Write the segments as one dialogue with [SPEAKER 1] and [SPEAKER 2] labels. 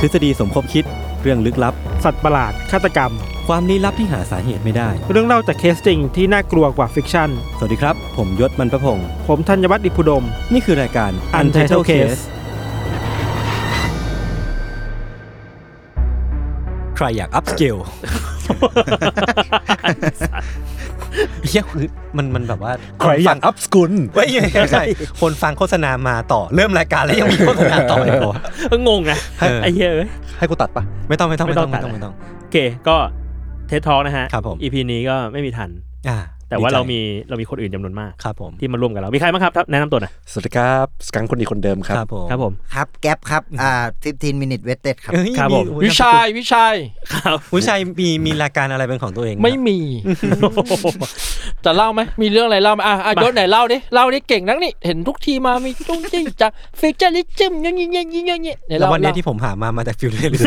[SPEAKER 1] ทฤษฎีสมคบคิด เรื่องลึกลับ
[SPEAKER 2] สัตว์ประหลาด ฆาตกรรม
[SPEAKER 1] ความลี้ลับที่หาสาเหตุไม่ได้
[SPEAKER 2] เรื่องเล่าจากเคสจริงที่น่ากลัวกว่าฟิกชั่น
[SPEAKER 1] สวัสดีครับ ผมยศมันประพงศ์
[SPEAKER 2] ผมธัญวัฒน์อิพุดม
[SPEAKER 1] นี่คือรายการ Untitled Case ใครอยากอัพสเกล เฮียคือมันมันแบบว่า
[SPEAKER 3] ใครอยากอัพสกุล
[SPEAKER 1] เฮ้ยไม่ใช่คนฟังโฆษณามาต่อเริ่มรายการแล้วยังมีโฆษณาต่ออีกเหรอ
[SPEAKER 2] งงนะ
[SPEAKER 1] เออ
[SPEAKER 2] ไอ้เหี้ยเอ้ย
[SPEAKER 3] ให้กูตัดปะ
[SPEAKER 1] ไม่ต้องไม่ต้องไม่ต้อง
[SPEAKER 2] ไม่
[SPEAKER 1] ไม่
[SPEAKER 2] ต้
[SPEAKER 1] ต้
[SPEAKER 2] อ
[SPEAKER 1] อง งไม่ต้อง
[SPEAKER 2] โอเค ก็เทสทอลนะฮะ
[SPEAKER 1] ครับผม
[SPEAKER 2] EP นี้ก็ไม่มีทัน
[SPEAKER 1] อ่า
[SPEAKER 2] แต่ว่า
[SPEAKER 1] ดีใจ
[SPEAKER 2] เรามีเรามีคนอื่นจำนวนมาก
[SPEAKER 1] ครับผม
[SPEAKER 2] ที่มาร่วมกับเรา มีใครบ้างครับแนะนำตัวหน่อย
[SPEAKER 3] สวัสดีครับสกังคนดีคนเดิมครับ
[SPEAKER 1] ผม
[SPEAKER 2] ครับผม
[SPEAKER 4] ครับแก๊ปครับ อ่า15 minute waited ครับ
[SPEAKER 1] เอ้ย
[SPEAKER 2] ครับผม
[SPEAKER 1] โอ้
[SPEAKER 5] วิ
[SPEAKER 1] นามสกุล
[SPEAKER 5] ชายวิชาย
[SPEAKER 2] ครับ
[SPEAKER 1] ผู้ชายมีมีรายการอะไรเป็นของตัวเองห
[SPEAKER 5] ไม่มี จะเล่าไหมมีเรื่องอะไรเล่าไหมอ่ะอ่ะยศไหนเล่าดิเล่าดิเก่งนักนี่เห็นทุกทีมามีตุ้งจิ้งจากฟิเจอริจิมเงี้ยเงี้ยเงี้ยเงี้ยเงี้ยไหน
[SPEAKER 1] แล้
[SPEAKER 5] เล่าว
[SPEAKER 1] วันเนี้ย
[SPEAKER 5] เล่า
[SPEAKER 1] ที่ผมหามามาจากฟิวเรียหรือ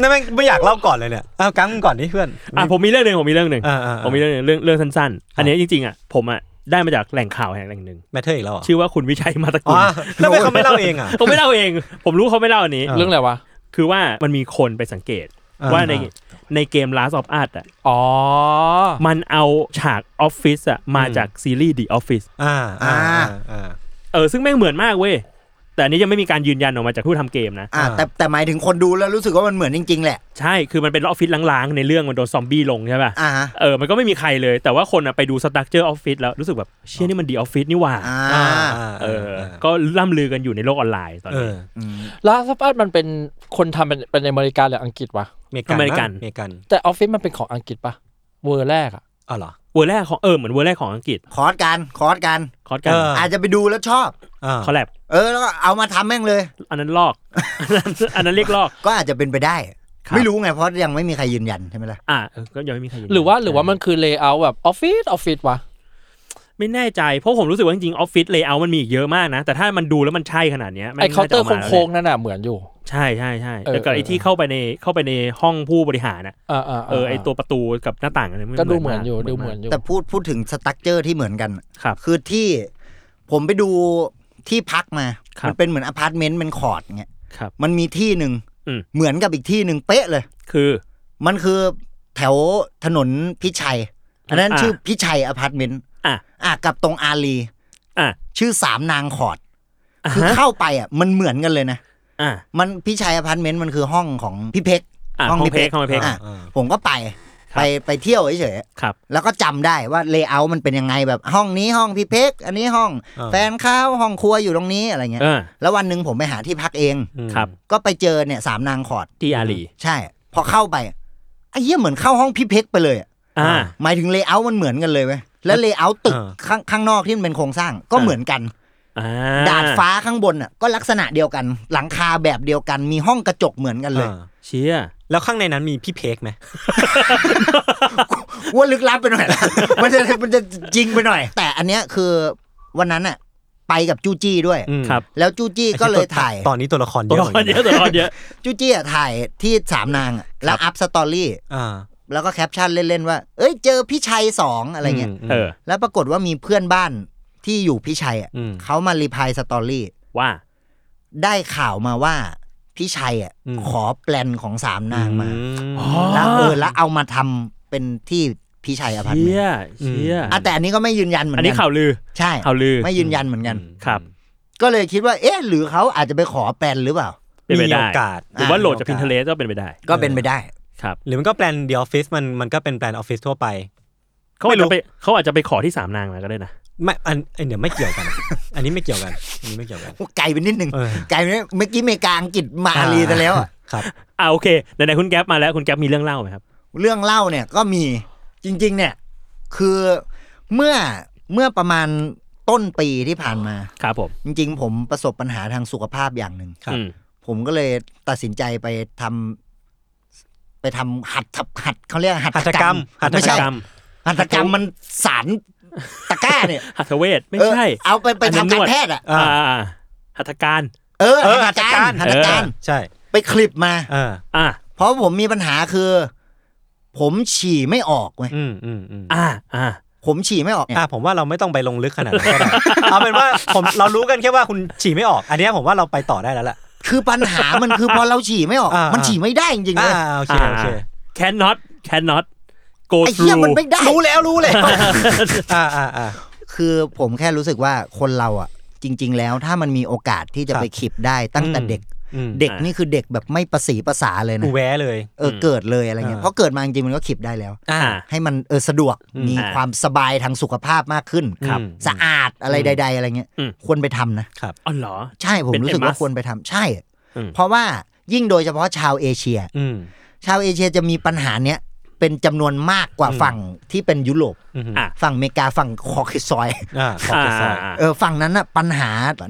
[SPEAKER 1] นั่นแม่งไม่อยากเล่าก่อนเลยเนี่ยเอากังก่อนดิเพื่อน
[SPEAKER 2] อ่ะผมมีเรื่องหนึ่งผมมีเรื่องหนึ่ง
[SPEAKER 1] อ่าอ่า
[SPEAKER 2] ผมมีเรื่องหนึ่งเรื่องเรื่องสั้นๆ อันนี้จริงๆอ่ะผมอ่ะได้มาจากแหล่งข่าวแห่งแหล่งหนึ่ง
[SPEAKER 1] แมทเทอร์อีกแล้วเหรอ
[SPEAKER 2] ชื่อว่าคุณวิชัยมาตะ
[SPEAKER 1] อ๋
[SPEAKER 2] กุ
[SPEAKER 1] อ
[SPEAKER 2] ล
[SPEAKER 1] แล้วทำไม่เขาไม่เล่าเองอ่ะ
[SPEAKER 2] ผมไม่เล่าเอง ผมรู้เขาไม่เล่าอันนี้
[SPEAKER 1] อ่า
[SPEAKER 5] เรื่องอะไรวะ
[SPEAKER 2] คือว่ามันมีคนไปสังเกต ว่าใน
[SPEAKER 1] อ่
[SPEAKER 2] ในเกม Last of Us อ่ะ
[SPEAKER 5] อ๋อ
[SPEAKER 2] มันเอาฉากออฟฟิศอ่ะมา
[SPEAKER 1] อืม
[SPEAKER 2] จากซีรีส์ The Office
[SPEAKER 1] อ่าอ่า
[SPEAKER 4] อ่า
[SPEAKER 1] อ่า
[SPEAKER 2] เออซึ่งแม่งเหมือนมากเว้ยแต่อันนี้ยังไม่มีการยืนยันออกมาจากผู้ทำเกมนะ
[SPEAKER 4] อ่า
[SPEAKER 1] อ่า
[SPEAKER 4] แต่แต่หมายถึงคนดูแล้วรู้สึกว่ามันเหมือนจริง ๆ แหละ
[SPEAKER 2] ใช่ คือมันเป็นออฟฟิศล้างๆ ในเรื่องมันโดนซอมบี้ลงใช่ป่ะ
[SPEAKER 4] อ่าฮะ
[SPEAKER 2] เออ มันก็ไม่มีใครเลย แต่ว่าคนอะไปดูสตั๊กเจอร์ออฟฟิศแล้วรู้สึกแบบเชี่ยนี่มันดีออฟฟิศนี่หว่า
[SPEAKER 4] อ่า
[SPEAKER 1] อ่าอ่า
[SPEAKER 2] เออ ก็ล่ำลือกันอยู่ในโลกออนไลน์ตอน
[SPEAKER 1] เอ
[SPEAKER 2] นี้
[SPEAKER 1] อ
[SPEAKER 5] ลาสปัสมันเป็นคนทำเป็นเป็นอเมริกันหรืออังกฤษวะ
[SPEAKER 2] อเมริกัน
[SPEAKER 1] อเมริกัน
[SPEAKER 5] แต่ออฟฟิศมันเป็นของอังกฤษปะเวอร์แรกอะ
[SPEAKER 1] อ๋อเหรอ
[SPEAKER 2] เวอร์แรกของ เออ เหมือนเวอร์แรกของอังกฤษ
[SPEAKER 4] คอร์สกันคอร์สกัน
[SPEAKER 2] คอร์สกัน
[SPEAKER 1] เออ
[SPEAKER 4] อาจจะไปดูแล้วชอบ
[SPEAKER 1] อ่า
[SPEAKER 2] คอลแลบ
[SPEAKER 4] เออ แล้วก็เอามาทำแม่งเลย
[SPEAKER 2] อันนั้นลอก อันนั้นอันนั้นเรียกลอก
[SPEAKER 4] ก็อาจจะเป็นไปได้
[SPEAKER 2] ครับ
[SPEAKER 4] ไม่รู้ไง เพราะยังไม่มีใครยืนยันใช่ไหมล่ะ
[SPEAKER 2] อ่ะเออก็ยังไม่มีใครยืนยัน
[SPEAKER 5] หรือว่าหรือว่ามันคือเลเยอร์แบบออฟฟิศออฟฟิศวะ
[SPEAKER 2] ไม่แน่ใจ เพราะผมรู้สึกว่าจริงๆออฟฟิศเลเยอร์มันมีอีกเยอะมากนะ แต่ถ้ามันดูแล้วมันใช่ขนาดเนี้ยแม่ง
[SPEAKER 5] ไอเคาน์เตอร์
[SPEAKER 2] น่จะม
[SPEAKER 5] โค้ง
[SPEAKER 2] แล้วแหละ
[SPEAKER 5] ๆนั่นน่ะเหมือนอยู่
[SPEAKER 2] ใช่ใช่ใช่
[SPEAKER 5] เออ
[SPEAKER 2] แล้วก็ไอ
[SPEAKER 5] เออ
[SPEAKER 2] ที่เข้าไปในเข้าไปในห้องผู้บริหารอะ
[SPEAKER 5] อ่าอ่า
[SPEAKER 2] เออไอตัวประตูกับหน้าต่างอะไร
[SPEAKER 5] ก็ดูเหมือนอยู่ดูเหมือนอยู่
[SPEAKER 4] แต่พูดพูดถึงสตั๊กเจอร์ที่เหมือนกัน
[SPEAKER 2] ครับ
[SPEAKER 4] คือที่ผมไปดูที่พักมา
[SPEAKER 2] ครับ
[SPEAKER 4] มัเป็นเหมือนอพาร์ตเมนต์เป็นคอร์สเงี้ย
[SPEAKER 2] ครับ
[SPEAKER 4] มันมีที่หนึ่ง
[SPEAKER 2] อืม
[SPEAKER 4] เหมือนกับอีกที่หนึ่งเป๊ะเลย
[SPEAKER 2] คือ
[SPEAKER 4] มันคือแถวถนนพิชัย อันนั้น
[SPEAKER 2] อ่า
[SPEAKER 4] ชื่อพิชัยอพาร์ตเมนต์
[SPEAKER 2] อ่ะ
[SPEAKER 4] อ่ะกับตรงอารี
[SPEAKER 2] อ่ะ
[SPEAKER 4] ชื่อสามนางขอด
[SPEAKER 2] อ่าฮะ
[SPEAKER 4] คือเข้าไปอ่ะมันเหมือนกันเลยนะ
[SPEAKER 2] อ่ะ
[SPEAKER 4] มันพี่ชัยอพาร์ตเมนต์มันคือห้องของพี่เพ็ก
[SPEAKER 2] อ่ะห้องเพ็กห้องเพ็ก
[SPEAKER 4] อ่ะ
[SPEAKER 1] อ่า
[SPEAKER 4] ผมก็ไป
[SPEAKER 2] ครับ
[SPEAKER 4] ไปไปเที่ยวเฉย
[SPEAKER 2] ครับ
[SPEAKER 4] ๆแล้วก็จำได้ว่าเลเยอร์มันเป็นยังไงแบบห้องนี้ห้องพี่เพ็กอันนี้ห้อง
[SPEAKER 1] อ่า
[SPEAKER 4] แฟนเขาห้องครัวอยู่ตรงนี้อะไรเงี้ย
[SPEAKER 2] เออ
[SPEAKER 4] แล้ววันหนึ่งผมไปหาที่พักเอง
[SPEAKER 1] อืม
[SPEAKER 2] ครับ
[SPEAKER 4] ก็ไปเจอเนี่ยสามนางขอด
[SPEAKER 2] ที่อารี
[SPEAKER 4] ใช่ พอเข้าไปไอ้เหี้ยเหมือนเข้าห้องพี่เพ็กไปเลยอะ
[SPEAKER 2] อ่า
[SPEAKER 4] หมายถึงเลเยอร์มันเหมือนกันเลยเว้ยแล้วเลเยอร์ตึก
[SPEAKER 1] อ่า
[SPEAKER 4] ข้างข้างนอกที่มันเป็นโครงสร้างก็
[SPEAKER 2] อ่า
[SPEAKER 4] เหมือนกัน
[SPEAKER 2] อ่า
[SPEAKER 4] ดาดฟ้าข้างบนอ่ะก็ลักษณะเดียวกัน หลังคาแบบเดียวกันมีห้องกระจกเหมือนกันเลย
[SPEAKER 1] อ่า
[SPEAKER 2] เชีย
[SPEAKER 1] แล้วข้างในนั้นมีพี่เพกไหม
[SPEAKER 4] ว่าลึกลับไปหน่อยละ มันจะมันจะจริงไปหน่อย แต่อันเนี้ยคือวันนั้นอ่ะไปกับจูจี้ด้วย
[SPEAKER 1] อืม
[SPEAKER 2] ครับ
[SPEAKER 4] แล้วจูจี้ก็เลยถ่าย
[SPEAKER 1] ตอนนี้ตัวละครเย
[SPEAKER 2] ตัว
[SPEAKER 1] อะ
[SPEAKER 2] ละครเยอะตัวละครเยอะ
[SPEAKER 4] จูจี้อ่ะถ่ายที่สามนางอะแล้วอัพสตอรี่
[SPEAKER 1] อ่า
[SPEAKER 4] แล้วก็แคปชั่นเล่นๆว่า เอ้ยเจอพี่ชัยสองอะไรเงี้ย
[SPEAKER 1] มม
[SPEAKER 2] เออ
[SPEAKER 4] แล้วปรากฏว่ามีเพื่อนบ้านที่อยู่พี่ชัยอ่ะ
[SPEAKER 1] อืม
[SPEAKER 4] เขามารีพายสตอรี่
[SPEAKER 2] ว่า
[SPEAKER 4] ได้ข่าวมาว่าพี่ชัยอ่ะ
[SPEAKER 1] อืม
[SPEAKER 4] ขอแปลนของสามนางมา
[SPEAKER 1] อืม
[SPEAKER 4] แล้วเออแล้วเอามาทำเป็นที่ พี่ชัยอพาร์ต
[SPEAKER 2] เชี่
[SPEAKER 4] เมน
[SPEAKER 2] ย
[SPEAKER 4] ต์
[SPEAKER 2] เชี่ย
[SPEAKER 4] อ่ะแต่อันนี้ก็ไม่ยืนยันเหมือน
[SPEAKER 2] อั
[SPEAKER 4] กันน
[SPEAKER 2] นี้ข่าวลือ
[SPEAKER 4] ใช่
[SPEAKER 2] ข่าวลือ
[SPEAKER 4] ไม่ยืนยันเหมือนกัน
[SPEAKER 2] ครับ
[SPEAKER 4] ก็เลยคิดว่า เอ๊ะ หรือเขาอาจจะไปขอแปลนหรือเปล่า
[SPEAKER 2] เป็นไป
[SPEAKER 1] มี
[SPEAKER 2] ได้
[SPEAKER 1] โอกาส
[SPEAKER 2] หรือว่าโหลดจาก
[SPEAKER 1] มี
[SPEAKER 2] พิ
[SPEAKER 1] โอน กาส
[SPEAKER 2] เทเลสก็เป็นไปได้
[SPEAKER 4] ก็เป็นไปได้
[SPEAKER 2] ครับ
[SPEAKER 1] หรือมันก็แปลนเดียออฟฟิศมันมันก็เป็นแปลนออฟฟิศทั่วไป
[SPEAKER 2] เขาอาจจะไปเขาอาจจะไปขอที่สามนางมาก็ได้นะ
[SPEAKER 1] ไม่อันอันเดี๋ยวไม่เกี่ยวกัน อันนี้ไม่เกี่ยวกันอันนี้ไม่เกี่ยวกัน
[SPEAKER 4] ไกลไปนิดนึง
[SPEAKER 1] เออ
[SPEAKER 4] ไกลไปนิดเมื่อกี้อเมริกาอังกฤษมาอาลีซะแล้วอะ
[SPEAKER 1] ครับ
[SPEAKER 2] อ่าโอเคไหนๆคุณแก๊ปมาแล้วคุณแก๊ปมีเรื่องเล่าไหมครับ
[SPEAKER 4] เรื่องเล่าเนี่ยก็มีจริง ๆ เนี่ย คือเมื่อเมื่อประมาณต้นปีที่ผ่านมา
[SPEAKER 2] ครับผม
[SPEAKER 4] จริง ๆ ผมประสบปัญหาทางสุขภาพอย่างหนึ่ง
[SPEAKER 1] ครับ
[SPEAKER 2] อืม
[SPEAKER 4] ผมก็เลยตัดสินใจไปทำไปทำหัดทับหัดเขาเรียกหัตถกรรม
[SPEAKER 1] หัตถกรรม
[SPEAKER 4] ไม่ใช่
[SPEAKER 2] กรรม
[SPEAKER 4] หัตถกรรมมันสารตะกร้าเนี่ย
[SPEAKER 2] หัตถเวทไม่
[SPEAKER 4] เออ
[SPEAKER 2] ใช่
[SPEAKER 4] เอาไปไป
[SPEAKER 2] อันนั้น
[SPEAKER 4] ทำกาน ร
[SPEAKER 2] วด
[SPEAKER 4] แพทย์อ่ะ
[SPEAKER 1] อ่า
[SPEAKER 2] อ่าหัตถการ
[SPEAKER 4] เออ
[SPEAKER 1] เออ
[SPEAKER 4] หัตถกรรมหัตถการ
[SPEAKER 2] เออ
[SPEAKER 1] ใช่
[SPEAKER 4] ไปคลิปมา
[SPEAKER 1] อ่า
[SPEAKER 2] อ่า
[SPEAKER 4] เพราะผมมีปัญหาคือ ผมฉี่ไม่ออกเว้ย
[SPEAKER 1] อืมอืมอืม
[SPEAKER 2] อ่าอ่า
[SPEAKER 4] ผมฉี่ไม่ออกเนี่ย
[SPEAKER 1] อ่าผมว่าเราไม่ต้องไปลงลึกขนาดนั้นก็ ได้ เอาเป็นว่าผมเรารู้กันแค่ว่าคุณฉี่ไม่ออก อันเนี้ยผมว่าเราไปต่อได้แล้วแหละ
[SPEAKER 4] คือปัญหามันคือพอเราฉี่ไม่ออก
[SPEAKER 1] อ่ามั
[SPEAKER 4] มันฉี่ไม่ได้จริงๆ
[SPEAKER 1] อ่า
[SPEAKER 4] เลย
[SPEAKER 1] โอเคโอเค
[SPEAKER 2] แคนน็อตแคนน็อต go
[SPEAKER 4] ไอ้เหี้ย
[SPEAKER 2] through
[SPEAKER 4] มันไม่ได้
[SPEAKER 1] รู้แล้วรู้ แล้วอ่าอ่าอ่า
[SPEAKER 4] คือผมแค่รู้สึกว่าคนเราอ่ะ จริง ๆ แล้วถ้ามันมีโอกาสที่จะ
[SPEAKER 1] ครับ
[SPEAKER 4] ไปขีบได้ตั้งแต่เด็ก
[SPEAKER 1] อืม
[SPEAKER 4] เด็กนี่คือเด็กแบบไม่ประสีประสาเลย
[SPEAKER 1] กู
[SPEAKER 4] นะ
[SPEAKER 1] แวะเลย
[SPEAKER 4] เออเกิดเลยอะไรเงี้ย
[SPEAKER 1] อ่า
[SPEAKER 4] เพราะเกิดมาจริงๆมันก็ขีบได้แล้ว
[SPEAKER 2] อ่า
[SPEAKER 4] ให้มันเออสะดวกมี
[SPEAKER 2] อ่า
[SPEAKER 4] ความสบายทางสุขภาพมากขึ้น
[SPEAKER 1] ครับ
[SPEAKER 4] สะอาดอะไรใด ๆ อะไรเงี้ย
[SPEAKER 2] อืม
[SPEAKER 4] ควรไปทำนะ
[SPEAKER 2] อ๋อเหรอ
[SPEAKER 4] ใช่ผม
[SPEAKER 2] เป็น
[SPEAKER 4] รู้สึก
[SPEAKER 2] a
[SPEAKER 4] ว่า
[SPEAKER 2] must
[SPEAKER 4] ควรไปทำใช่
[SPEAKER 2] อืม
[SPEAKER 4] เพราะว่ายิ่งโดยเฉพาะชาวเอเชีย
[SPEAKER 1] อืม
[SPEAKER 4] ชาวเอเชียจะมีปัญหาเนี้ยเป็นจำนวนมากกว่าฝั่งที่เป็นยุโรป
[SPEAKER 1] อืม
[SPEAKER 2] อ่ะ
[SPEAKER 4] ฝั่งอเมริกาฝั่งคอคิซอย
[SPEAKER 1] อ่าขอบ
[SPEAKER 2] อ่า
[SPEAKER 1] คุณสอ
[SPEAKER 2] อ่า
[SPEAKER 1] บ
[SPEAKER 2] อ่า
[SPEAKER 4] เออฝั่งนั้นน่ะปัญหา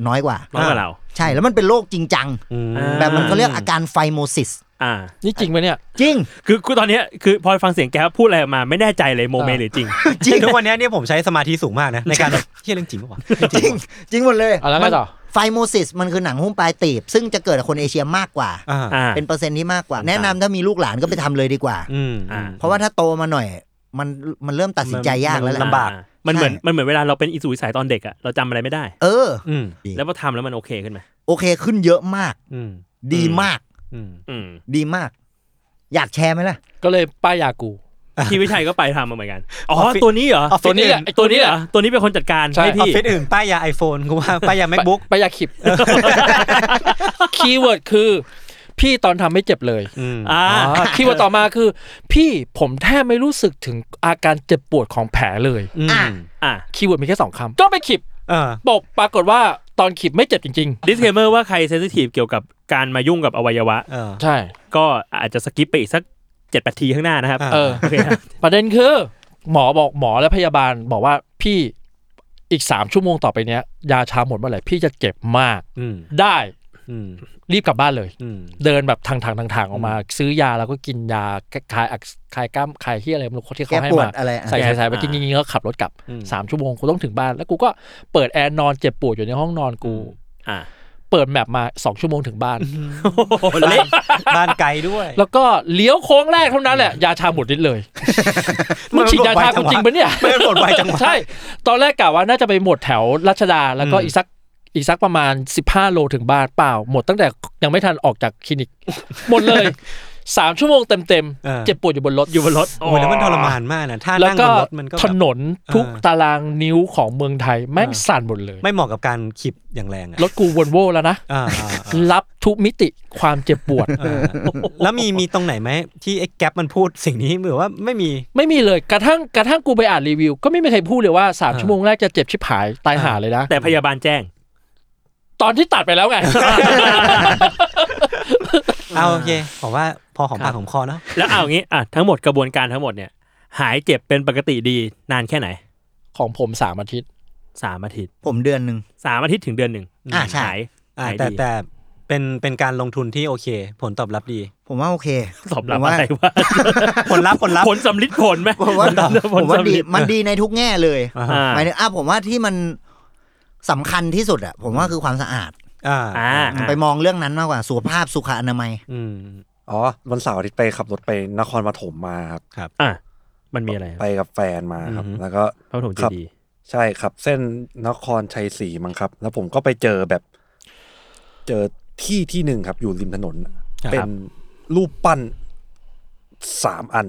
[SPEAKER 4] น้อยกว่า
[SPEAKER 2] น้อยกว่าเรา
[SPEAKER 4] ใช่แล้วมันเป็นโรคจริงจัง
[SPEAKER 1] อืม
[SPEAKER 4] แบบมันเขาเรียกอาการไฟโมซิส
[SPEAKER 2] อ่า
[SPEAKER 5] นี่จริงไหมเนี่ย
[SPEAKER 4] จริง
[SPEAKER 2] คือคือตอนเนี้ยคือพอฟังเสียงแกปพูดอะไรออกมาไม่แน่ใจเลยโมเมนต์หรือจริง
[SPEAKER 4] จริง
[SPEAKER 1] ทุกวันเนี้ยเนี่ยผมใช้สมาธิสูงมากนะ ในการแบบเชื่อเรื่องจริงปะวะ
[SPEAKER 4] จริง จริงหมดเลย
[SPEAKER 5] อ่ะแล้วไงต่อ
[SPEAKER 4] ไฟโมซิสมันคือหนังหุ้มปลายตีบ ซึ่งจะเกิดกับคนเอเชียมากกว่า
[SPEAKER 1] อ่า
[SPEAKER 2] อ่า
[SPEAKER 4] เป็นเปอร์เซ็นต์ที่มากกว่า แนะนำถ้ามีลูกหลานก็ไปทำเลยดีกว่า
[SPEAKER 1] อืม
[SPEAKER 2] อ่า
[SPEAKER 1] อืม
[SPEAKER 4] เพราะว่าถ้าโตมาหน่อย มันมันเริ่มตัดสินใจยากแล้วแหละ
[SPEAKER 1] ลำบาก
[SPEAKER 2] อ่มันเหมือน
[SPEAKER 4] ใช่
[SPEAKER 2] มันเหมือนเวลาเราเป็นอิสุยสายตอนเด็กอะเราจำอะไรไม่ได้
[SPEAKER 4] เออ
[SPEAKER 1] อืม
[SPEAKER 4] จริง
[SPEAKER 2] แล้วพอทำแล้วมันโอเคขึ้นไหม
[SPEAKER 4] โอเคขึ้นเยอะมาก
[SPEAKER 1] อืม
[SPEAKER 4] ดีมาก
[SPEAKER 1] อืม
[SPEAKER 2] อืม
[SPEAKER 4] ดีมาก อยากแชร์ไหมล่ะ
[SPEAKER 5] ก็เลยป้ายยากู
[SPEAKER 2] พี่วิชัยก็ไป ทำมาเหมือนกันอ๋อตัวนี้เหรอ
[SPEAKER 5] ตัวนี้แหละ
[SPEAKER 2] ตัวนี้เหรอตัวนี้เป็นคนจัดการ
[SPEAKER 5] ใช่
[SPEAKER 2] ให้
[SPEAKER 1] ออฟ
[SPEAKER 2] พี่
[SPEAKER 1] ฟิศอื่นป้ายยา iPhone กู ว่าป้ายยา MacBook
[SPEAKER 5] ป้ายยาขิบ คีย์เวิร์ดคือ พี่ตอนทำไม่เจ็บเลย
[SPEAKER 1] อืม
[SPEAKER 2] อ่า
[SPEAKER 5] คีย์เวิร์ดต่อมาคือ พี่ผมแทบไม่รู้สึกถึงอาการเจ็บปวดของแผลเลย
[SPEAKER 1] อืม
[SPEAKER 2] อ่ะ
[SPEAKER 5] คีย์เวิร์ดมีแค่สองคำก็ไปขิบ
[SPEAKER 1] เออ
[SPEAKER 5] ปกปรากฏว่าตอนขิบไม่เจ็บจริง
[SPEAKER 2] disclaimer ว่าใครเซนซิทีฟเกี่ยวกับการมายุ่งกับอวัยวะ
[SPEAKER 1] เออ
[SPEAKER 5] ๆ ใช่
[SPEAKER 2] ก็อาจจะสกิปไปอีกสักเจ็ดแปดทีข้างหน้านะครับ
[SPEAKER 1] อ่า
[SPEAKER 5] เออ
[SPEAKER 2] โอเคครับ
[SPEAKER 5] ประเด็นคือ หมอบอกหมอและพยาบาลบอกว่าพี่อีกสามชั่วโมงต่อไปเนี้ย ยาชาหมดเมื่อไหร่พี่จะเจ็บมาก
[SPEAKER 1] อืม
[SPEAKER 5] ได้
[SPEAKER 1] อืม
[SPEAKER 5] รีบกลับบ้านเลย
[SPEAKER 1] อืม
[SPEAKER 5] เดินแบบทางทางทางทางๆออกมา ซื้อยาแล้วก็กินยาคลายอักคลายกล้ามคลายที่อะไรไม่รู้ที่เขาให้
[SPEAKER 4] แก้ปว
[SPEAKER 5] มา
[SPEAKER 4] ดอะไรอ่ะ
[SPEAKER 5] ใส่ใส่ใส่ไปกินกินกินแล้วขับรถกลับสามชั่วโมงกูต้องถึงบ้าน แล้วกูก็เปิดแอร์นอนเจ็บปวดอยู่ในห้องนอนกู
[SPEAKER 2] อ่า
[SPEAKER 5] เปิดแมปมาสองชั่วโมงถึงบ้าน
[SPEAKER 2] เละ
[SPEAKER 1] บ้านไกลด้วย
[SPEAKER 5] แล้วก็เลี้ยวโค้งแรกเท่านั้นแหละ ยาชาหมดฤทธิ์เลย มึงฉีดยาชากูจริงปะเนี่ย
[SPEAKER 1] ไม่หมดไวจังวะ
[SPEAKER 5] ใช่ ตอนแรกกะว่าน่าจะไปหมดแถวรัชดา แล้วก็
[SPEAKER 1] อืม
[SPEAKER 5] อีกสักอีกสักประมาณ 15 โลถึงบ้านเปล่า หมดตั้งแต่ยังไม่ทันออกจากคลินิก หมดเลย 3 ชั่วโมงเต็มๆ เจ็บปวดอยู่บนรถ
[SPEAKER 2] อยู่บนรถ
[SPEAKER 1] โอ้ยแล้วมันทรมานมากนะถ้า
[SPEAKER 5] แล้ว
[SPEAKER 1] นั่ง
[SPEAKER 5] ก็
[SPEAKER 1] บนรถมันก็แบบ
[SPEAKER 5] ถนนทุก
[SPEAKER 1] เออ
[SPEAKER 5] ตารางนิ้วของเมืองไทย แม่ง
[SPEAKER 1] เออ
[SPEAKER 5] สั่นหมดเลย
[SPEAKER 1] ไม่เหมาะกับการขีบอย่างแรงอะ
[SPEAKER 5] รถกูวนโวแล้วนะ
[SPEAKER 1] อ่าอ่าอ่า
[SPEAKER 5] รับทุกมิติความเจ็บปวด
[SPEAKER 1] อ่าแล้วมีมีตรงไหนไหมที่ไอ้แก๊ปมันพูดสิ่งนี้หรือว่าไม่มี
[SPEAKER 5] ไม่มีเลยกระทั่งกระทั่งกูไปอ่านรีวิว ก็ไม่มีใครพูดเลยว่า 3 ชั่วโมงแรกจะเจ็บชิบหายตายหาเลยนะ
[SPEAKER 2] แต่พยาบาลแจ้ง
[SPEAKER 5] ตอนที่ตัดไป แล้วไง
[SPEAKER 1] เอาโอเคผมว่าพอของปากของคอเนาะ
[SPEAKER 2] แล้วเอาอย่างงี้อ่ะทั้งหมดกระบวนการทั้งหมดเนี่ย หายเจ็บเป็นปกติดีนานแค่ไหน
[SPEAKER 5] ของผมสามอาทิตย์
[SPEAKER 2] สามอาทิตย์
[SPEAKER 4] ผมเดือนหนึ่ง
[SPEAKER 2] สามอาทิตย์ถึงเดือนหนึ่ง
[SPEAKER 4] อ่ะใช่
[SPEAKER 2] หาย
[SPEAKER 1] อ่า
[SPEAKER 2] หาย
[SPEAKER 1] แต่
[SPEAKER 2] ดี
[SPEAKER 1] แต่เป็นเป็นการลงทุนที่โอเค ผลตอบรับดี
[SPEAKER 4] ผมว่าโอเค
[SPEAKER 2] สอบรับ
[SPEAKER 4] ผม
[SPEAKER 2] อะ
[SPEAKER 4] ว่า
[SPEAKER 2] ไรวะ
[SPEAKER 1] ผลลัพธ์ผลลัพธ์
[SPEAKER 2] ผลสำลิดผลไหม
[SPEAKER 4] ผมว่า
[SPEAKER 2] ผ
[SPEAKER 4] ผ
[SPEAKER 2] ล
[SPEAKER 4] มว่า
[SPEAKER 2] สำ
[SPEAKER 4] ดี
[SPEAKER 2] ลิด
[SPEAKER 4] มันดีในทุกแง่เลย
[SPEAKER 1] อ่า
[SPEAKER 2] อ่า
[SPEAKER 4] หมายถึงอ่ะผมว่าที่มันสำคัญที่สุดอ่ะผมว่าคือความสะอาด
[SPEAKER 1] อ่า
[SPEAKER 2] อ่า
[SPEAKER 4] ไปมองเรื่องนั้นมากกว่า สุขภาพสุขอนามัย
[SPEAKER 1] อืม
[SPEAKER 3] อ๋อ วันเสาร์อาทิตย์ไปขับรถไปนครปฐมมาครับ
[SPEAKER 2] อ่ะมันมีอะไร
[SPEAKER 3] ไปกับแฟนมาครับ
[SPEAKER 1] อือฮึ
[SPEAKER 3] แล้วก็
[SPEAKER 2] พระปฐมเจ
[SPEAKER 3] ขับ
[SPEAKER 2] ดีย์
[SPEAKER 3] ใช่ครับ เส้นนครชัยศรีมั้งครับ แล้วผมก็ไปเจอแบบ เจอที่ที่หนึ่งครับ อยู่ริมถนน
[SPEAKER 1] ครับ
[SPEAKER 3] เป็นรูปปั้นสามอัน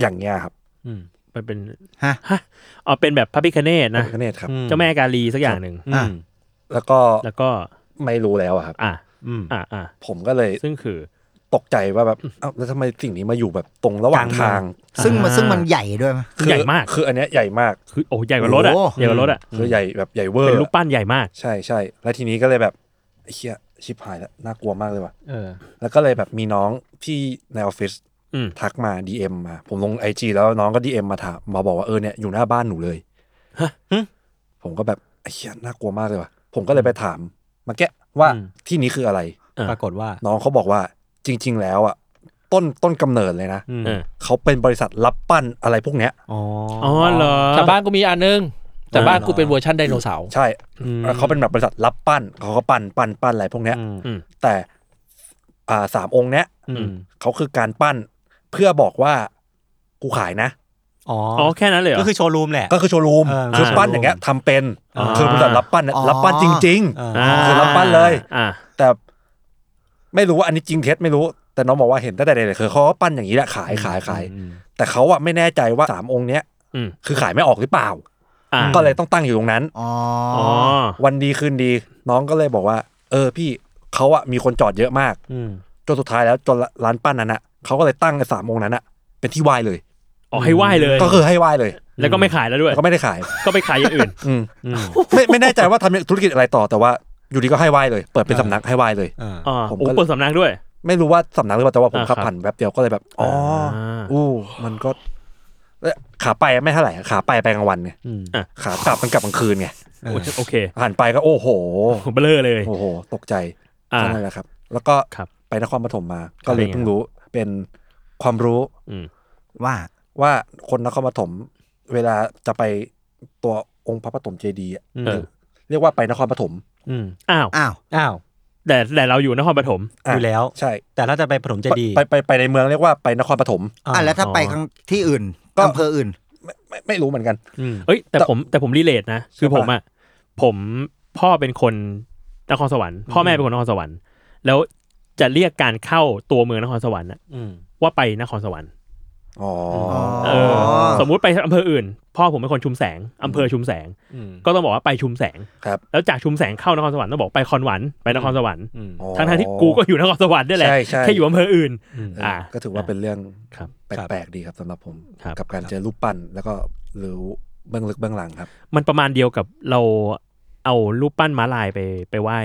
[SPEAKER 3] อย่างเงี้ยครับ
[SPEAKER 2] อืมมันเป็น
[SPEAKER 4] ฮะ
[SPEAKER 2] ฮะอ๋อเป็นแบบพระพิคเนตนะ
[SPEAKER 3] พระพิฆเนศครับ
[SPEAKER 1] อืม
[SPEAKER 2] เจ้าแม่กาลีสักอย่างหนึ่ง
[SPEAKER 1] อ่ะ
[SPEAKER 3] แล้วก็
[SPEAKER 2] แล้วก็
[SPEAKER 3] ไม่รู้แล้วอะครับ
[SPEAKER 2] อ่ะ
[SPEAKER 1] อืม
[SPEAKER 2] อ่ะอ่ะ
[SPEAKER 3] ผมก็เลย
[SPEAKER 2] ซึ่งคือ
[SPEAKER 3] ตกใจว่าแบบเอ้าแล้วทำไมสิ่งนี้มาอยู่แบบตรงระหว่าง
[SPEAKER 1] กลา
[SPEAKER 3] ทาง
[SPEAKER 1] ง
[SPEAKER 4] ซึ่งมัน
[SPEAKER 2] อ่า
[SPEAKER 4] ซึ่งมันใหญ่ด้วยมั้ย
[SPEAKER 3] คือ
[SPEAKER 2] ใหญ่มาก
[SPEAKER 3] คืออันเนี้ยใหญ่มาก
[SPEAKER 2] คือโอ้ใหญ่กว่ารถอ่ะ
[SPEAKER 4] โอ้
[SPEAKER 2] ใหญ่กว่ารถอ่ะ
[SPEAKER 3] คือใหญ่แบบใหญ่เวอร์
[SPEAKER 2] เป็นรูปปั้นใหญ่มาก
[SPEAKER 3] ใช่ใช่แล้วทีนี้ก็เลยแบบไอ้เฮียชิบหายแล้วน่ากลัวมากเลยว่ะ
[SPEAKER 2] เออ
[SPEAKER 3] แล้วก็เลยแบบมีน้องที่ในออฟฟิศ
[SPEAKER 2] อืม
[SPEAKER 3] ทักมา DM มา ผมลงไอจแล้วน้องก็ DM มาถามมาบอกว่าเออเนี่ยอยู่หน้าบ้านหนูเลย
[SPEAKER 2] ฮะ
[SPEAKER 1] หึ
[SPEAKER 3] ผมก็แบบไอ้เหี้ยน่ากลัวมากเลยว่ะ ผมก็เลยไปถามมาแกะว่า
[SPEAKER 2] อืม
[SPEAKER 3] ที่นี้คืออะไร
[SPEAKER 2] อ่ะ
[SPEAKER 1] ปรากฏว่า
[SPEAKER 3] น้องเขาบอกว่าจริง ๆ แล้วอ่ะต้นต้นกำเนิดเลยนะ
[SPEAKER 1] อืม
[SPEAKER 2] เออ
[SPEAKER 3] เขาเป็นบริษัทรับปั้นอะไรพวกเนี้ย
[SPEAKER 1] อ๋อ
[SPEAKER 2] อ๋อเหรอ
[SPEAKER 5] แต่บ้านกูมีอันนึง แต่บ้านกูเป็น
[SPEAKER 3] อ่า
[SPEAKER 5] เวอร์ชันไดโนเสาร์
[SPEAKER 3] ใช่
[SPEAKER 2] อืม
[SPEAKER 3] เขาเป็นแบบบริษัทรับปั้นเขาก็ปั้นปั้นปั้นอะไรพวกเนี้ย
[SPEAKER 1] อืม
[SPEAKER 2] อืม
[SPEAKER 3] แต่อ่าสามองค์เนี้ย
[SPEAKER 1] อืม
[SPEAKER 3] เขาคือการปั้นเพื่อบอกว่ากูขายนะ
[SPEAKER 1] อ๋อ
[SPEAKER 2] อ๋อแค่นั้นเลยเหรอ
[SPEAKER 1] ก็คือโชว์รูมแหละ
[SPEAKER 3] ก็คือโชว์รูม
[SPEAKER 1] เออ
[SPEAKER 3] คือ
[SPEAKER 1] โชว์รูม
[SPEAKER 3] ปั้นอย่างเงี้ยทำเป็น
[SPEAKER 1] อ่า
[SPEAKER 3] คือบริษัทรับปั้นเนี่ย
[SPEAKER 4] อ๋อ
[SPEAKER 3] รับปั้นจริง
[SPEAKER 1] อ่า
[SPEAKER 3] ๆ คือรับปั้นเลย
[SPEAKER 2] อ่า
[SPEAKER 3] แต่ไม่รู้ว่าอันนี้จริงเท็จไม่รู้ แต่น้องบอกว่าเห็นตั้งแต่เด็กๆคือเขาก็ปั้นอย่างนี้แหละขายขายขาย
[SPEAKER 1] อืม
[SPEAKER 3] แต่เขาอะไม่แน่ใจว่าสามองค์เนี้ย
[SPEAKER 2] อืม
[SPEAKER 3] คือขายไม่ออกหรือเปล่า
[SPEAKER 2] อ่า
[SPEAKER 3] ก็เลยต้องตั้งอยู่ตรงนั้น
[SPEAKER 4] อ๋อ
[SPEAKER 2] อ๋
[SPEAKER 4] อ
[SPEAKER 2] อ
[SPEAKER 3] วันดีคืนดี น้องก็เลยบอกว่า เออพี่เขาอะมีคนจอดเยอะมาก
[SPEAKER 1] อืม
[SPEAKER 3] จนสุดท้ายแล้วจนร้านปั้นนั้นอะเขาก็เลยตั้งไอ้สามองค์นั้นอะเป็นที่ไหว้เลย
[SPEAKER 2] อ๋อให้ไหว้เลย
[SPEAKER 3] ก็คือให้ไหว้เลย
[SPEAKER 2] แล้วก็ไม่ขายแล้วด้วย
[SPEAKER 3] แล้วก็ไม่ได้ขาย
[SPEAKER 2] ก็ไปขายอย่างอื่น
[SPEAKER 3] อืมไม่ไม่แน่ใจว่าทำธุรกิจอะไรต่อแต่ว่าอยู่ดีก็ให้ไหว้เลย เปิดเป็น
[SPEAKER 1] อ่า
[SPEAKER 3] สำนักให้ไหว้เลย
[SPEAKER 1] อ่า
[SPEAKER 2] อ๋อ
[SPEAKER 3] ผมก็
[SPEAKER 2] โอ้เปิดสำนักด้วย
[SPEAKER 3] ไม่รู้ว่าสำนักหรือเปล่าแต่ว่าผม
[SPEAKER 2] อ่า
[SPEAKER 3] ขับ
[SPEAKER 2] ครับ
[SPEAKER 3] ผ่านแป๊บเดียวก็เลยแบบอ๋ออา อู้มันก็เอ้ยขาไปไม่เท่าไหร่ขาไปไปกลางวันเนี่ย
[SPEAKER 1] อืม
[SPEAKER 3] ขากลับมันกลับกลางคืนไง
[SPEAKER 1] เออ
[SPEAKER 2] โอเค
[SPEAKER 3] หันไปก็โอ้โห
[SPEAKER 2] ผมเบลอเลย
[SPEAKER 3] โอ้โห ตกใจ
[SPEAKER 2] อ่า
[SPEAKER 3] แค่นั้นแหละครับ แล้วก็
[SPEAKER 2] ครับ
[SPEAKER 3] ไปนครปฐมมา ก็เลย
[SPEAKER 2] เป็นไง
[SPEAKER 3] เพิ่งรู้เป็นความรู้
[SPEAKER 2] อืม
[SPEAKER 4] ว่า
[SPEAKER 3] ว่าคนนครปฐมเวลาจะไปตัวองค์พระปฐมเจดีย์อะ
[SPEAKER 2] เออ
[SPEAKER 3] เรียกว่าไปนครปฐม
[SPEAKER 1] อืม
[SPEAKER 2] อ้าว
[SPEAKER 4] อ้าว
[SPEAKER 1] อ้าว
[SPEAKER 2] แต่แต่เราอยู่นครปฐม
[SPEAKER 3] ะ
[SPEAKER 1] อยู่แล้ว
[SPEAKER 3] ใช่
[SPEAKER 1] แต่ถ้าจะไปปฐมเจดีย์
[SPEAKER 3] ไปไปไปในเมืองเรียกว่าไปนครปฐม
[SPEAKER 4] อ่ะแล้วถ้าไปข้างที่อื่น
[SPEAKER 3] ก็
[SPEAKER 4] อำเภออื่น
[SPEAKER 3] ไม่ไม่ไม่รู้เหมือนกัน
[SPEAKER 1] อืม
[SPEAKER 2] เอ้ยแต่
[SPEAKER 3] แต่
[SPEAKER 2] ผมแต่ผมรีเลทนะ คือ
[SPEAKER 3] ใช่ปะ
[SPEAKER 2] ผมอ่ะผมพ่อเป็นคนนครสวรรค์พ่อแม่เป็นคนนครสวรรค์ แล้วจะเรียกการเข้าตัวเมืองนครสวรรค์น่ะ
[SPEAKER 1] อืม
[SPEAKER 2] ว่าไปนครสวรรค์
[SPEAKER 3] อ๋อ
[SPEAKER 2] เออสมมุติไปอำเภออื่น พ่อผมเป็นคนชุมแสงอำเภอชุมแสง
[SPEAKER 1] อืม
[SPEAKER 2] ก็ต้องบอกว่าไปชุมแสง
[SPEAKER 3] ครับ
[SPEAKER 2] แล้วจากชุมแสงเข้านครสวรรค์ต้องบอกไปคอนหวันไปนครสวรรค์
[SPEAKER 1] อืม
[SPEAKER 3] อ๋อ
[SPEAKER 2] ทั้งทที่กูก็อยู่นครสวรรค์นี่แหละ
[SPEAKER 3] ใช่ใช่
[SPEAKER 2] แค่อยู่อำเภออื่น
[SPEAKER 3] เอออ
[SPEAKER 2] อ่า
[SPEAKER 3] ก็ถือว่าเป็นเรื่อง
[SPEAKER 2] ครับ
[SPEAKER 3] แปลกๆดีครับสำหรับผม
[SPEAKER 2] ครับ
[SPEAKER 3] กับการเจอรูปปั้นแล้วก็รู้เบื้องลึกเบื้องหลังครับ
[SPEAKER 2] มันประมาณเดียวกับเราเอารูปปั้นม้าลายไปไปไหว้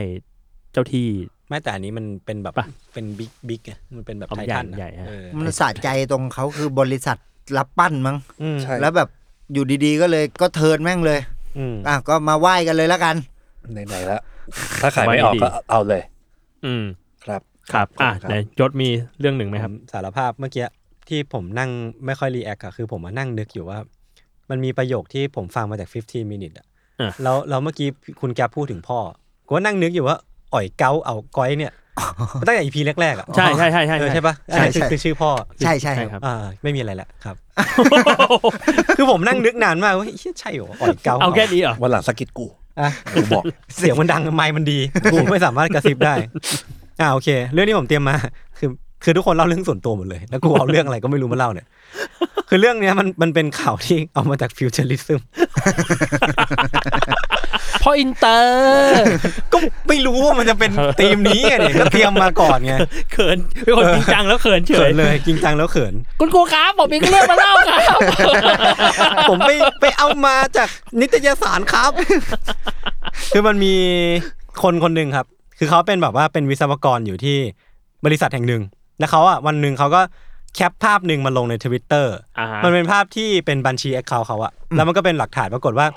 [SPEAKER 2] เจ้าที่
[SPEAKER 1] ไม่แต่อันนี้มันเป็นแบบ
[SPEAKER 2] ปะ
[SPEAKER 1] เป็นบิ๊กบิ๊กไงมันเป็นแบบ
[SPEAKER 2] อ๋อ
[SPEAKER 1] ไท
[SPEAKER 2] ใหญ่
[SPEAKER 1] ทันอะ
[SPEAKER 2] ใหญ่ฮะ
[SPEAKER 1] เออ
[SPEAKER 4] มันสะใจตรงเขาคือบริษัทรับปั้นมั้ง
[SPEAKER 1] อืม
[SPEAKER 3] ใช่
[SPEAKER 4] แล้วแบบอยู่ดีๆก็เลยก็เทิร์นแม่งเลย
[SPEAKER 1] อืม
[SPEAKER 4] อ่ะก็มาไหว้กันเลยแล้วกัน
[SPEAKER 3] ไหนๆแล้ว ถ้าขายไม่ออกก็เอาเลย
[SPEAKER 2] อืม
[SPEAKER 3] ครับ
[SPEAKER 2] ครับ อ่ะ
[SPEAKER 3] ครับ
[SPEAKER 2] ไหนยศมีเรื่องหนึ่งไหมครับ
[SPEAKER 1] ผมสารภาพเมื่อกี้ที่ผมนั่งไม่ค่อยรีแอคอะคือผมมานั่งนึกอยู่ว่า มันมีประโยคที่ผมฟังมาจาก 15 minute อะ
[SPEAKER 2] อ่ะ
[SPEAKER 1] แล้วแล้วเมื่อกี้คุณแกปพูดถึงพ่อกูก็นั่งนึกอยู่ว่าอ่อยเกาเอาก้อยเนี่ยมันตั้งแต่ EP แรกๆอะ
[SPEAKER 2] ใช่ใช่ใช่ใช่
[SPEAKER 1] เออใช่ปะ
[SPEAKER 4] ใช่
[SPEAKER 1] อัน
[SPEAKER 4] ใช่
[SPEAKER 1] นั้นคือคือชื่อพ่อ
[SPEAKER 4] ใช่ใช่
[SPEAKER 2] ใช่ครับ
[SPEAKER 1] อ่าไม่มีอะไรแล้วครับ คือผมนั่งนึกนานมากว่าเฮ้ยใช่เหรออ่อยเกา
[SPEAKER 2] เอาแค่นี้เหรอ
[SPEAKER 3] วันหลังสะกิดกู
[SPEAKER 1] อ่ะ
[SPEAKER 3] กูบอก
[SPEAKER 1] เสียงมันดังไมค์มันดี ผมไม่สามารถกระซิบได้ อ่าโอเค เรื่องที่ผมเตรียมมา คือคือทุกคนเล่าเรื่องส่วนตัวหมดเลย แล้วกูเอาเรื่องอะไรก็ไม่รู้มาเล่าเนี่ย คือเรื่องเนี้ยมันมันเป็นข่าวที่เอามาจากฟิวเจอริซึม
[SPEAKER 5] เพราะอินเตอร์
[SPEAKER 1] ก็ไม่รู้ว่ามันจะเป็นธีมนี้ไงเนี่ยก็เตรียมมาก่อนไง
[SPEAKER 2] เขินเป็นคนจริงจังแล้วเขินเฉ
[SPEAKER 1] เขิ
[SPEAKER 2] ย
[SPEAKER 1] นเลยจริงจังแล้วเขิน
[SPEAKER 5] คุณครูครับผมมีเรื่องมาเล่า ครับ
[SPEAKER 1] ผมไปไปเอามาจากนิตยสารครับ คือมันมีคนคนหนึ่งครับ คือเขาเป็นแบบว่าเป็นวิศวกรอยู่ที่บริษัทแห่งหนึ่งแล้วเขาอ่ะวันหนึ่งเขาก็แคปภาพหนึ่งมาลงในทวิตเตอร์
[SPEAKER 2] อ่าฮะ
[SPEAKER 1] มันเป็นภาพที่เป็นบัญชีแอคเคาท์เขาอะแล้วมันก็เป็นหลักฐานปรากฏว่า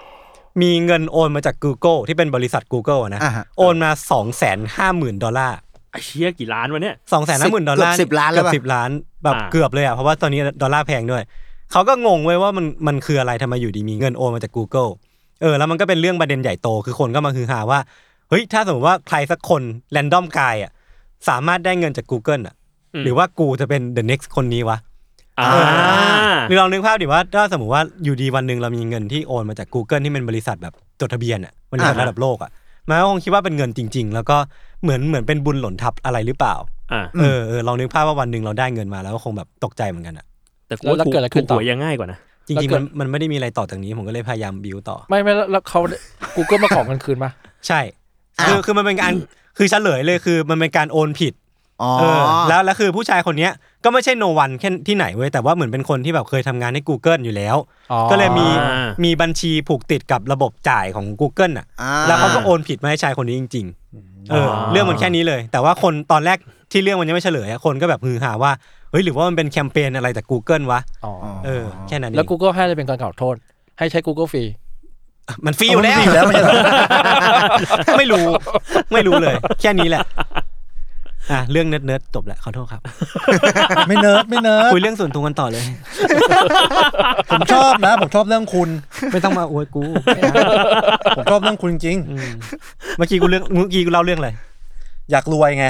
[SPEAKER 1] มีเงินโอนมาจาก Google ที่เป็นบริษัท Google อะนะ
[SPEAKER 4] อ่ะฮะ
[SPEAKER 1] โอนมา2องแสนห้าหมื่นดอลลาร์
[SPEAKER 2] ไอ้เชี่ยกี่ล้านวะเนี่ย
[SPEAKER 1] สองแสนห้าหมื่นดอลลาร์
[SPEAKER 4] เกือบ10ล้านแล้
[SPEAKER 1] เกือ
[SPEAKER 4] วป่ะ
[SPEAKER 1] บสิบล้านแบบ
[SPEAKER 2] อ่า
[SPEAKER 1] เกือบเลยอ่ะเพราะว่าตอนนี้ดอลลาร์แพงด้วย เขาก็งงเว้ยว่ามันมันคืออะไรทำไมอยู่ดีมีเงินโอนมาจาก Google เออแล้วมันก็เป็นเรื่องประเด็นใหญ่โตคือคนก็มาฮือฮาว่าเฮ้ยถ้าสมมติว่าใครสักคนแรนดอมกายอ่ะสามารถได้เงินจาก Google อ่ะ หรือว่ากูจะเป็น the next คนนี้วะ
[SPEAKER 2] อ่า
[SPEAKER 1] หรือลองนึกภาพดิว่าถ้าสมมติว่าอยู่ดีวันหนึ่งเรามีเงินที่โอนมาจาก Google ที่เป็นบริษัทแบบจดทะเบียนอ่ะบริษัท
[SPEAKER 2] อ่าฮะ
[SPEAKER 1] ระดับโลกอ่ะมันก็คงคิดว่าเป็นเงินจริง ๆ แล้วก็เหมือนเหมือนเป็นบุญหล่นทับอะไรหรือเปล่า
[SPEAKER 2] อ่า
[SPEAKER 1] เออเออลองนึกภาพว่าวันหนึ่งเราได้เงินมาแล้วก็คงแบบตกใจเหมือนกันอ่ะ
[SPEAKER 2] แต่กู
[SPEAKER 5] แล้วเกิดอะไรขึ้นต่อ
[SPEAKER 2] ถูหวยยังง่ายกว่านะ
[SPEAKER 1] จริงๆ
[SPEAKER 5] แล้
[SPEAKER 1] มั
[SPEAKER 5] วน เกิด
[SPEAKER 1] มันไม่ได้มีอะไรต่อจากนี้ผมก็เลยพยายามบิวต่อ
[SPEAKER 5] ไม่ไม่แล้วแล้วเขา Google มาของกันคืนมา
[SPEAKER 1] ใช่คือคือมันเป็นการคือเฉลยเลยคือมันเป็นการโอนผิด
[SPEAKER 4] อ๋อ
[SPEAKER 1] เออแล้วแล้วคือผู้ชายคนเนี้ยก็ไม่ใช่โนวันแค่ที่ไหนเว้ยแต่ว่าเหมือนเป็นคนที่แบบเคยทำงานให้ Google อยู่แล้ว
[SPEAKER 5] อ๋อ
[SPEAKER 1] ก็เลยมี
[SPEAKER 2] อ่ามี
[SPEAKER 1] มีบัญชีผูกติดกับระบบจ่ายของ Google อ่ะ
[SPEAKER 4] อ่า
[SPEAKER 1] แล้วเขาก็โอนผิดมาให้ชายคนนี้จริง ๆ เอออเรื่องมันแค่นี้เลย แต่ว่าคนตอนแรกที่เรื่องมันยังไม่เฉลยอะคนก็แบบฮือฮาว่าเฮ้ยหรือว่ามันเป็นแคมเปญอะไรจาก Google วะ
[SPEAKER 5] อ๋ออ
[SPEAKER 1] เออแค่นั้นเอง
[SPEAKER 5] แล้ว Google ให้เลยเป็นการกล่าวโทษ ให้ใช้ Google ฟรี
[SPEAKER 1] มันฟรีอยู่แล้ว
[SPEAKER 4] แล้วมันจะ
[SPEAKER 1] ไม่รู้ไม่รู้เลย แค่นี้แหละอ่ะเรื่องเนิร์ดๆจบแล้วขอโทษครับ
[SPEAKER 6] ไม่เนิร์ดไม่เนิร์ด
[SPEAKER 1] คุยเรื่องส่วนตัวกันต่อเลย
[SPEAKER 6] ผมชอบนะ ผมชอบเรื่องคุณ
[SPEAKER 1] ไม่ต้องมาอวยกู
[SPEAKER 6] ผมชอบเรื่องคุณจริง
[SPEAKER 1] เมื่อกี้กูเรื่องเมื่อกี้กูเล่าเรื่องอะไร
[SPEAKER 6] อยากรวย ไง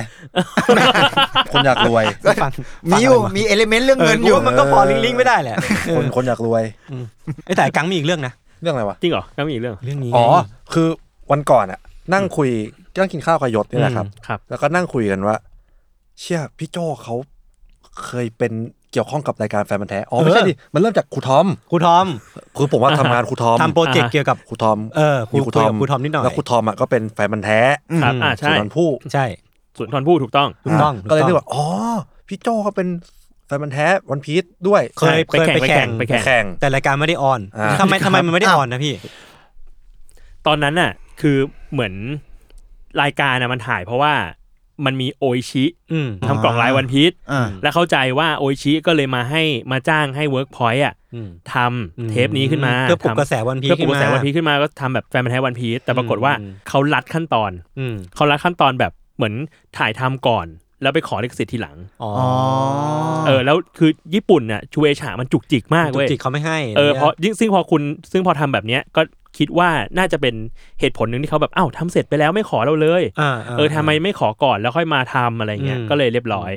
[SPEAKER 6] คนอยากรวย
[SPEAKER 1] ฟัง
[SPEAKER 4] มีอยู่มีเอลิเมนต์เรื่อง
[SPEAKER 1] เออ
[SPEAKER 4] เงิน
[SPEAKER 1] กู
[SPEAKER 4] อยู่
[SPEAKER 1] ว่ามันก็พอลิงก์ลิงก์ไม่ได้แหละเอ
[SPEAKER 6] ค
[SPEAKER 1] อน
[SPEAKER 6] คนอยากรวย
[SPEAKER 1] ไอ้แต่กังมีอีกเรื่องนะ
[SPEAKER 6] เรื่องอะไรวะ
[SPEAKER 2] จริงเหรอก็มีอีกเรื่อง
[SPEAKER 1] เรื่องนี้
[SPEAKER 6] อ๋อ คือวันก่อนอะนั่งคุยนั่งกินข้าวกับยศนี่แหละครับ
[SPEAKER 2] อืมครับ
[SPEAKER 6] แล้วก็นั่งคุยกันว่า เชื่อพี่โจเขาเคยเป็นเกี่ยวข้องกับรายการแฟนบันธุ์แท้อ๋อไม่ใช่
[SPEAKER 1] เออ
[SPEAKER 6] ดิมันเริ่มจากครูทอม
[SPEAKER 1] ครูทอม
[SPEAKER 6] คือผมว่าทำงานครูทอม
[SPEAKER 1] ทำโปรเจกต์เกี่ยวกับ
[SPEAKER 6] ครูทอม
[SPEAKER 1] เออคุย
[SPEAKER 6] มี
[SPEAKER 1] คุยกับครูทอมนิดหน่อย
[SPEAKER 6] แล้วครูทอมอะก็เป็นแฟนบันธุ์แท้
[SPEAKER 2] ครับอ่าใช่
[SPEAKER 6] ส่วนนผู้
[SPEAKER 1] ใช่
[SPEAKER 2] สุนทรภู่ถูกต้อง
[SPEAKER 1] ถูกต้อง
[SPEAKER 6] อ่ะก็เลย
[SPEAKER 1] ถู
[SPEAKER 6] นึก
[SPEAKER 1] กต้อง
[SPEAKER 6] ว่าอ๋อ พี่โจเขาเป็นแฟนบันธุ์แท้วันพีชด้วย
[SPEAKER 1] เคย
[SPEAKER 2] ไปแข่ง
[SPEAKER 1] เคยไปแข่ง
[SPEAKER 2] ไปแข่
[SPEAKER 6] แข่ง
[SPEAKER 1] แต่รายการไม่ได้ออน
[SPEAKER 6] อ่า
[SPEAKER 1] ทำไมทำไมมันไม่ได้ออนนะพี่
[SPEAKER 2] ตอนนั้นน่ะ คือเหมือนรายการน่ะมันถ่ายเพราะว่ามันมีโออิชิ
[SPEAKER 1] อืม
[SPEAKER 2] ทำกล่องลายวันพีช
[SPEAKER 4] อ่า
[SPEAKER 2] และเข้าใจว่าโออิชิก็เลยมาให้มาจ้างให้เวิร์กพอยต์อ่ะ
[SPEAKER 1] อืม
[SPEAKER 2] ทำเทปนี้ขึ้นมา
[SPEAKER 1] เพื่อปลุก
[SPEAKER 2] ทำ
[SPEAKER 1] กระแสวันพี
[SPEAKER 2] เพื่อปลุกกระแสวันพีชขึ้นมาก็ทำแบบแฟนพันธุ์แท้วันพีชแต่ปรากฏว่าเขาลัดขั้นตอน
[SPEAKER 1] อืม
[SPEAKER 2] เขาลัดขั้นตอนแบบเหมือนถ่ายทำก่อน แล้วไปขอลิขสิทธิ์ทีหลัง
[SPEAKER 1] อ๋อ
[SPEAKER 4] อ๋อ
[SPEAKER 2] เออแล้วคือญี่ปุ่นน่ะชูเอฉามันจุกจิกมาก
[SPEAKER 1] จุก
[SPEAKER 2] เว้ย
[SPEAKER 1] จิกเขาไม่ให้
[SPEAKER 2] เออเพราะยิ่งซึ่งพอคุณซึ่งพอทำแบบเนี้ยก็คิดว่าน่าจะเป็นเหตุผลหนึ่งที่เขาแบบอ้าวทำเสร็จไปแล้วไม่ขอเราเลย
[SPEAKER 1] อ่า
[SPEAKER 2] เออทำไมไม่ขอก่อนแล้วค่อยมาทำอะไรเงี้ย
[SPEAKER 1] อืม
[SPEAKER 2] ก็เลยเรียบร้อย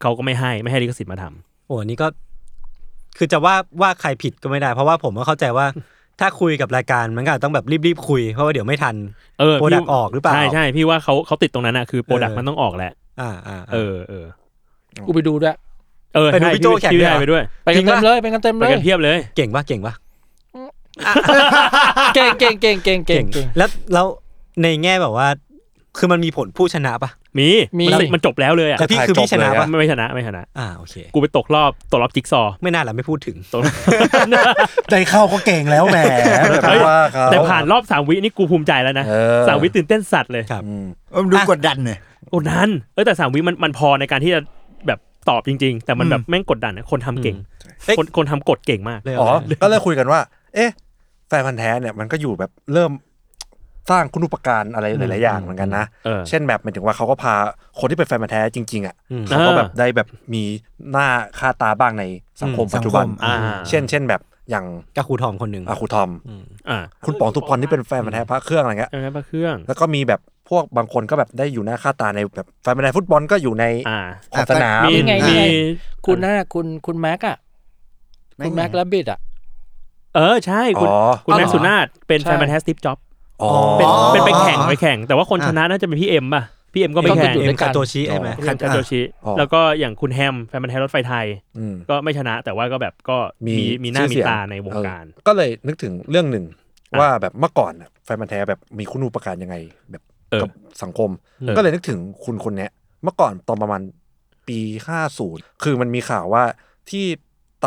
[SPEAKER 2] เขาก็ไม่ให้ไม่ให้ลิขสิทธิ์มาทำ
[SPEAKER 1] โอ้อันนี่ก็ คือจะว่าว่าใครผิดก็ไม่ได้ เพราะว่าผมก็เข้าใจว่า ถ้าคุยกับรายการมันก็อาจต้องแบบรีบๆคุยเพราะว่าเดี๋ยวไม่ทัน
[SPEAKER 2] เออพี่
[SPEAKER 1] Product ออกหรือเปล่า
[SPEAKER 2] ใช่ใช่พี่ว่าเขาเขาติดตรงนั้นอะคือโปรดัก
[SPEAKER 1] เอ
[SPEAKER 2] ต์
[SPEAKER 1] อ
[SPEAKER 2] มันต้องออกแหละ
[SPEAKER 1] อ่าอ่า
[SPEAKER 2] เอ
[SPEAKER 1] อ่า
[SPEAKER 2] อเออ
[SPEAKER 5] กูไปดูด้วย
[SPEAKER 2] เออ
[SPEAKER 1] ไปดู
[SPEAKER 2] ใช่
[SPEAKER 1] พี่โจ้แข่งด้วยเหร
[SPEAKER 2] ได้
[SPEAKER 1] อ
[SPEAKER 2] ไปด้วย
[SPEAKER 5] ไปกันเต็มเลย
[SPEAKER 2] ไป
[SPEAKER 5] ไปกันเต็มเลย
[SPEAKER 2] กันเพียบเลย
[SPEAKER 1] เก่งปะเก่งปะ
[SPEAKER 5] เก่งเก่งเก่งเก่งเก่งเก่ง
[SPEAKER 1] แล้วแล้วในแง่แบบว่า คือมันมีผลผู้ชนะปะ
[SPEAKER 2] มี
[SPEAKER 5] มี
[SPEAKER 2] นมันจบแล้วเลยอะ
[SPEAKER 1] แต่พี่
[SPEAKER 6] ถ่าย
[SPEAKER 1] คือ
[SPEAKER 6] จ
[SPEAKER 1] พี่
[SPEAKER 6] บ
[SPEAKER 1] ชนะ
[SPEAKER 6] เลย
[SPEAKER 1] ปะ
[SPEAKER 6] อะ
[SPEAKER 2] ไม่ไม่ชนะไม่ชนะ
[SPEAKER 1] อ่าโอเค
[SPEAKER 2] กูไปตกรอบตกรอบจิ๊กซอว์
[SPEAKER 1] ไม่น่าหละไม่พูดถึง
[SPEAKER 2] ตกรอบ
[SPEAKER 6] ใจเข้าก็เก่งแล้วแหมแบบ
[SPEAKER 2] เฮ้ย
[SPEAKER 6] ว่าเขา
[SPEAKER 2] แต่ผ่านรอบสามวินี่กูภูมิใจแล้วนะ
[SPEAKER 6] เออ
[SPEAKER 2] สามวิตื่นเต้นสัตว์เลย
[SPEAKER 1] ครับ
[SPEAKER 6] อืม
[SPEAKER 4] เออมันดูกดดันเลย
[SPEAKER 2] โอ้นั้นเออแต่สามวิมันมันพอในการที่จะแบบตอบจริง ๆ แต่มันแบบแม่งกดดันอะคนทำเก่ง
[SPEAKER 1] เอ้ย
[SPEAKER 2] คนคนทำกดเก่งมาก
[SPEAKER 1] เลย
[SPEAKER 6] อ๋อ
[SPEAKER 1] เาเลย
[SPEAKER 6] ก็เลยคุยกันว่า เอ๊ะ แฟนพันธุ์แท้เนี่ยมันก็อยู่แบบเริ่มสร้างคุณูปการอะไรหลายๆอย่างเหมือนกันนะ
[SPEAKER 2] เออ
[SPEAKER 6] เช่นแบบหมายถึงว่าเขาก็พาคนที่เป็นแฟนพันธุ์แท้จริง ๆอ่ะ
[SPEAKER 2] อืม
[SPEAKER 6] เขาก็แบบ
[SPEAKER 2] อ่า
[SPEAKER 6] ได้แบบมีหน้าค่าตาบ้างในสังคมปัจจุบัน
[SPEAKER 4] สังคม
[SPEAKER 2] อ่า
[SPEAKER 6] เช่น เช่นแบบอย่าง
[SPEAKER 1] กับครูทอมคนหนึ่ง
[SPEAKER 6] อาครูทอม
[SPEAKER 2] อ่า
[SPEAKER 6] คุณป๋องสุพรที่เป็นแฟนพันธุ์แท้พระเครื่องอะไรเงี้ย
[SPEAKER 2] ใช่ไหมพระเครื่อง
[SPEAKER 6] แล้วก็มีแบบพวกบางคนก็แบบได้อยู่หน้าค่าตาในแบบแฟนบอลฟุตบอลก็อยู่ใน
[SPEAKER 2] อ่า
[SPEAKER 6] ขอบสนาม
[SPEAKER 2] มี
[SPEAKER 5] ไงนี่
[SPEAKER 2] มี
[SPEAKER 5] ไง คุณน่าคุณคุณแม็กอะคุณแม็กและบิดอะ
[SPEAKER 2] เออใช่คุณ
[SPEAKER 6] อ๋อ
[SPEAKER 2] คุณแม็กซ์
[SPEAKER 5] อ๋อ
[SPEAKER 2] สุนาทเป็นแฟ
[SPEAKER 5] ใช่
[SPEAKER 2] นพันธุ์แท้สติฟจ็อบส์
[SPEAKER 6] อ๋อ
[SPEAKER 2] เป็น
[SPEAKER 4] อ๋อ
[SPEAKER 2] เป็นไปแข่งไปแข่ง แต่ว่าคนชนะน่าจะเป็นพี่เอ็มป่ะพี่เอ็มก็ไป
[SPEAKER 5] ต้องไป
[SPEAKER 2] แข่ง
[SPEAKER 5] อยู่
[SPEAKER 1] เอ็
[SPEAKER 5] ด้ว
[SPEAKER 1] ม
[SPEAKER 5] ยกั
[SPEAKER 1] คาน โตชิใช่ไหม
[SPEAKER 2] คุณจาโจชิ
[SPEAKER 6] อ๋อ
[SPEAKER 2] แล้วก็อย่างคุณแฮมแฟนพันธุ์แท้รถไฟไทย
[SPEAKER 6] อืม
[SPEAKER 2] ก็ไม่ชนะแต่ว่าก็แบบก็มีมีหน้า
[SPEAKER 6] ชื่อ
[SPEAKER 2] มี
[SPEAKER 6] เสียง
[SPEAKER 2] ตาในวงการ
[SPEAKER 6] เออก็เลยนึกถึงเรื่องหนึ่ง
[SPEAKER 2] อ่ะ
[SPEAKER 6] ว่าแบบเมื่อก่อนน่ะแฟนบันธุ์แท้แบบมีคุณูปการยังไง แบบ
[SPEAKER 2] เออ
[SPEAKER 6] กับสังคม
[SPEAKER 2] เออ
[SPEAKER 6] ก็เลยนึกถึงคุณคนเนี้ยเมื่อก่อนตอนประมาณปีห้าศูนย์คือมันมีข่าวว่าที่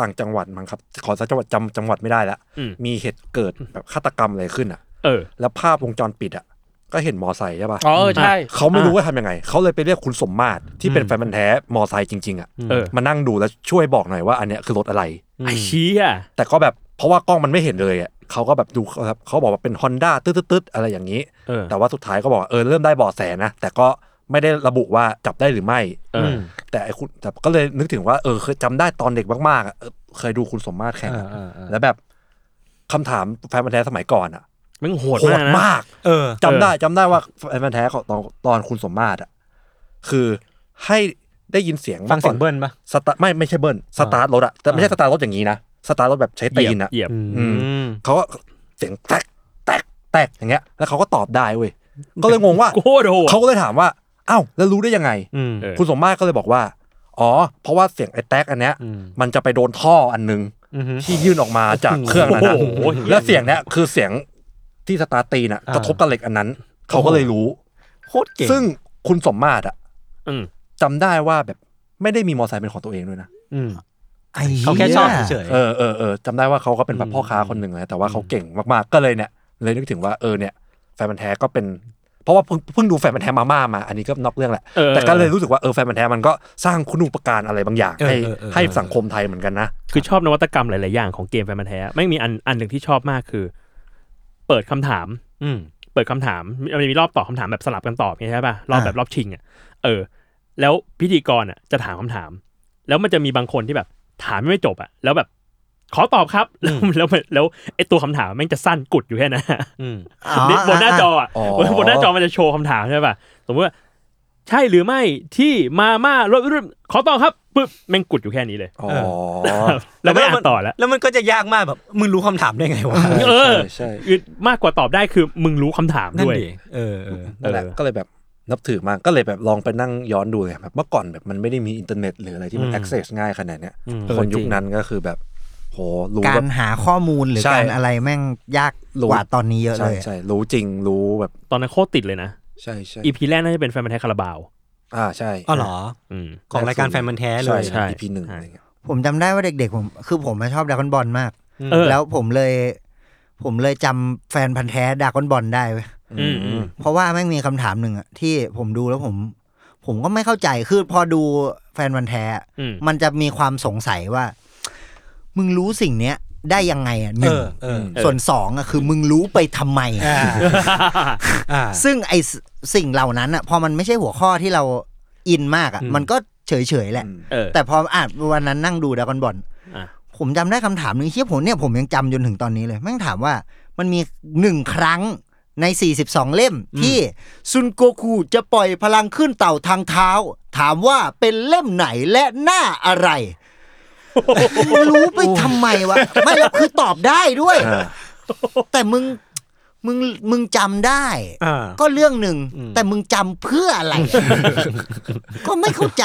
[SPEAKER 6] ต่างจังหวัดมั้งครับ ขอสักจังหวัดจำจังหวัดไม่ได้ละ
[SPEAKER 2] อืม
[SPEAKER 6] มีเหตุเกิดแบบฆาตกรรมอะไรขึ้นอ่ะ
[SPEAKER 2] เออ
[SPEAKER 6] แล้วภาพวงจรปิดอ่ะก็เห็นมอไซค์ใช่ปะ
[SPEAKER 5] อ๋อเออใช่
[SPEAKER 6] เขาไม่รู้ว่าทำยังไง เขาเลยไปเรียกคุณสมมาตรที่เป็นแฟนมันธุ์แท้มอไซค์จริงๆอ่ะ
[SPEAKER 2] เออ
[SPEAKER 6] มานั่งดูแล้วช่วยบอกหน่อยว่าอันเนี้ยคือรถอะไร
[SPEAKER 2] ไอเชี้อ่ะ
[SPEAKER 6] แต่ก็แบบเพราะว่ากล้องมันไม่เห็นเลยอ่ะเขาก็แบบดูครับเขาบอกว่าเป็น Honda ตึ๊ดๆๆอะไรอย่างนี้
[SPEAKER 2] เออ
[SPEAKER 6] แต่ว่าสุดท้ายก็บอกว่าเออเริ่มได้เบาะแสนะ แต่ก็ไม่ได้ระบุว่าจับได้หรือไม่
[SPEAKER 2] เออ
[SPEAKER 6] แต่ไอ้คุณแต่ก็เลยนึกถึงว่าเออเคยจำได้ตอนเด็กมากๆอะเออเคยดูคุณสมมาตรแข่งอะแล้วแบบคำถามแฟนมันธุ์แท้สมัยก่อนอ่ะ
[SPEAKER 2] แมันโหด
[SPEAKER 6] โห
[SPEAKER 2] มา
[SPEAKER 6] ด
[SPEAKER 2] กนะ
[SPEAKER 6] มาก
[SPEAKER 1] เออ
[SPEAKER 6] จำได้จำได้ว่าแฟนพันธุ์แท้ของตอนตอนคุณสมมาตรอ่ะคือให้ได้ยินเสียง
[SPEAKER 1] ฟังเสียงเบิ้ลปะ
[SPEAKER 6] สตาร์ไม่ไม่ใช่เบิ้ลสตาร์ทรถอ่ะแต่ไม่ใช่สตาร์ทรถอย่างนี้นะสตาร์ทรถแบบใช้
[SPEAKER 2] เห
[SPEAKER 6] ตี
[SPEAKER 2] ยีย
[SPEAKER 6] น
[SPEAKER 2] บ
[SPEAKER 6] อ่ะ
[SPEAKER 2] เหยียบ
[SPEAKER 6] อืมเขาก็เสียงแตกแตกแตกอย่างเงี้ย แล้วเขาก็ตอบได้เว้ยก็เลยงงว่า
[SPEAKER 2] โคตรโหด
[SPEAKER 6] เขาก็เลยถามว่าอ้าวแล้วรู้ได้ยังไง
[SPEAKER 1] อืม
[SPEAKER 2] เออ
[SPEAKER 6] คุณสมมาตรก็เลยบอกว่า อ๋อ เพราะว่าเสียงไอ้แตกอันเนี้ย มันจะไปโดนท่ออันนึง
[SPEAKER 1] อือฮึ
[SPEAKER 6] ที่ยื่นออกมาจากเครื่องนั้นนะ
[SPEAKER 2] โอ้โห
[SPEAKER 6] และเสียงเนี้ยคือเสียงที่สตาร์ทตีน่ะ
[SPEAKER 1] อ่าก ก
[SPEAKER 6] ระทบกับเหล็กอันนั้น เขาก็เลยรู้
[SPEAKER 1] โคตรเก่ง
[SPEAKER 6] ซึ่งคุณสมมาตรอะ
[SPEAKER 2] อืม
[SPEAKER 6] จำได้ว่าแบบไม่ได้มีมอเตอร์ไซค์เป็นของตัวเองด้วยนะ
[SPEAKER 1] อืม
[SPEAKER 4] ไอ้หี้ย
[SPEAKER 1] เขาแค่ชอบเฉยๆ
[SPEAKER 6] เออเออเออจำได้ว่าเขาก็เป็นแบบพ่อค้าคนหนึ่งนะแต่ว่าเขาเก่งมากๆ ก็เลยเนี่ย เลยนึกถึงว่าเออเนี่ยแฟนมันธุ์แท้ก็เป็น เพราะว่าเพิ่งเพิ่งดูแฟนมันธุ์แท้มาม่ามา อันนี้ก็นอกเรื่องแหละ
[SPEAKER 2] เออ
[SPEAKER 6] แต่ก็เลยรู้สึกว่าเออแฟนมันธุ์แท้มันก็สร้างคุณูปการอะไรบางอย่าง
[SPEAKER 1] เออ
[SPEAKER 6] ให้
[SPEAKER 1] เออเออ
[SPEAKER 6] ให้สังคมไทยเหมือนกันนะ
[SPEAKER 2] คือชอบนวัตกรรมหลาย ๆ อย่างของเกมแฟนมันธุ์แท้ไม่มีอันอันหนึ่งที่ชอบมากคือ เปิดคำถาม
[SPEAKER 1] อืม
[SPEAKER 2] เปิดคำถามมันจะมีรอบตอบคำถามแบบสลับกันตอบอย่างเงี้ยใช่ป่ะรอบ
[SPEAKER 1] อ่า
[SPEAKER 2] แบบรอบชิงอ่ะเออ แล้วพิธีกรอ่ะจะถามคำถาม แล้วมันจะมีบางคนที่แบบ ถามไม่จบอ่ะ แล้วแบบ ขอตอบครับแล้วแล้วแล้วแล้วไอตัวคำถามแม่งจะสั้นกุดอยู่แค่นั้นอะ
[SPEAKER 1] อืม
[SPEAKER 4] อ๋อ
[SPEAKER 2] ในบนหน้าจออ่ะ
[SPEAKER 6] อ๋อ
[SPEAKER 2] บนบนหน้าจอมันจะโชว์คำถามใช่ป่ะสมมติว่าใช่หรือไม่ที่มาม่ารถรุ่นขอตอบครับปึ๊บแม่งกุดอยู่แค่นี้เลย
[SPEAKER 6] อ๋อ
[SPEAKER 2] แล้วไม่อ่านต่อแล้ว
[SPEAKER 1] แล้วมันก็จะยากมากแบบมึงรู้คำถามได้ไงวะ
[SPEAKER 2] เออ
[SPEAKER 6] ใช่
[SPEAKER 2] คือมากกว่าตอบได้คือมึงรู้คำถาม
[SPEAKER 1] นั่น
[SPEAKER 2] ด้วย
[SPEAKER 1] ดิเออเออ
[SPEAKER 6] นั่นแหละ
[SPEAKER 2] เออ
[SPEAKER 6] ก็เลยแบบนับถือมากก็เลยแบบลองไปนั่งย้อนดูเลยแบบเมื่อก่อนแบบมันไม่ได้มีอินเทอร์เน็ตหรืออะไรที่มัน
[SPEAKER 1] อืม
[SPEAKER 6] access ง่ายขนาดเนี้ย
[SPEAKER 1] อืม
[SPEAKER 6] คน
[SPEAKER 2] เออจริง
[SPEAKER 6] ยุคนั้นก็คือแบบโหรู้
[SPEAKER 4] กา
[SPEAKER 6] แบ
[SPEAKER 4] ร
[SPEAKER 6] บ
[SPEAKER 4] หาข้อมูลหรือ
[SPEAKER 6] ใช่
[SPEAKER 4] การอะไรแม่งยากกว่าตอนนี้เยอะเล
[SPEAKER 6] ใช่
[SPEAKER 4] ยอะ
[SPEAKER 6] ใช่รู้จริงรู้แบบ
[SPEAKER 2] ตอนนั้นโคตรติดเลยนะ
[SPEAKER 6] ใช่ใช่
[SPEAKER 2] อีพีแรกน่าจะเป็นแฟนพันธุ์แท้คาราบาว
[SPEAKER 6] อ่าใช่
[SPEAKER 1] อ๋อเหรอ
[SPEAKER 2] อืม
[SPEAKER 1] ของรายการแฟนมันธุ์แท้เลย
[SPEAKER 2] ใช่
[SPEAKER 6] ใช่ EP หนึ่งอะไรเงี้ย
[SPEAKER 4] ผมจำได้ว่าเด็ก ๆ ผมคือผมอะชอบดรากอนบอลมาก
[SPEAKER 2] เออ
[SPEAKER 4] แล้วผมเลย ผมเลยจำแฟนพันธ์แท้ดรากอนบอลได้เว้ย
[SPEAKER 2] อืมอืม
[SPEAKER 4] เพราะว่าแม่งมีคำถามหนึ่งอะที่ผมดูแล้วผม ผมก็ไม่เข้าใจคือพอดูแฟนวันธุ์แท้อะ
[SPEAKER 2] อืม
[SPEAKER 4] มันจะมีความสงสัยว่า มึงรู้สิ่งเนี้ย ได้ยังไงอะหนึ่ง
[SPEAKER 1] เออเออ
[SPEAKER 4] ส่วนสองอะคือมึงรู้ไปทำไมอะ
[SPEAKER 1] อ่า
[SPEAKER 4] ซึ่งไอสสิ่งเหล่านั้นอะพอมันไม่ใช่หัวข้อที่เราอินมากอะ
[SPEAKER 1] อืม
[SPEAKER 4] มันก็เฉยเฉยๆแหละ
[SPEAKER 6] อืม
[SPEAKER 2] เออ
[SPEAKER 4] แต่พออ่ะวันนั้นนั่งดูดรากอนบอล
[SPEAKER 2] อ่ะ
[SPEAKER 4] ผมจำได้คำถามหนึ่งเชี่ยผมเนี่ยผมยังจำจนถึงตอนนี้เลยแม่งถามว่ามันมีหนึ่งครั้งใน 42 เล่มที่ซุนโกคุจะปล่อยพลังขึ้นเต่าทางเท้า ถามว่าเป็นเล่มไหนและหน้าอะไร มึงรู้ไปทำไมวะ ไม่แล้วคือตอบได้ด้วย
[SPEAKER 6] อ่า
[SPEAKER 4] แต่มึงมึงมึงจำได้
[SPEAKER 1] อ่า
[SPEAKER 4] ก็เรื่องหนึ่ง
[SPEAKER 1] อืม
[SPEAKER 4] แต่มึงจำเพื่อ อะไร ก็ไม่เข้าใจ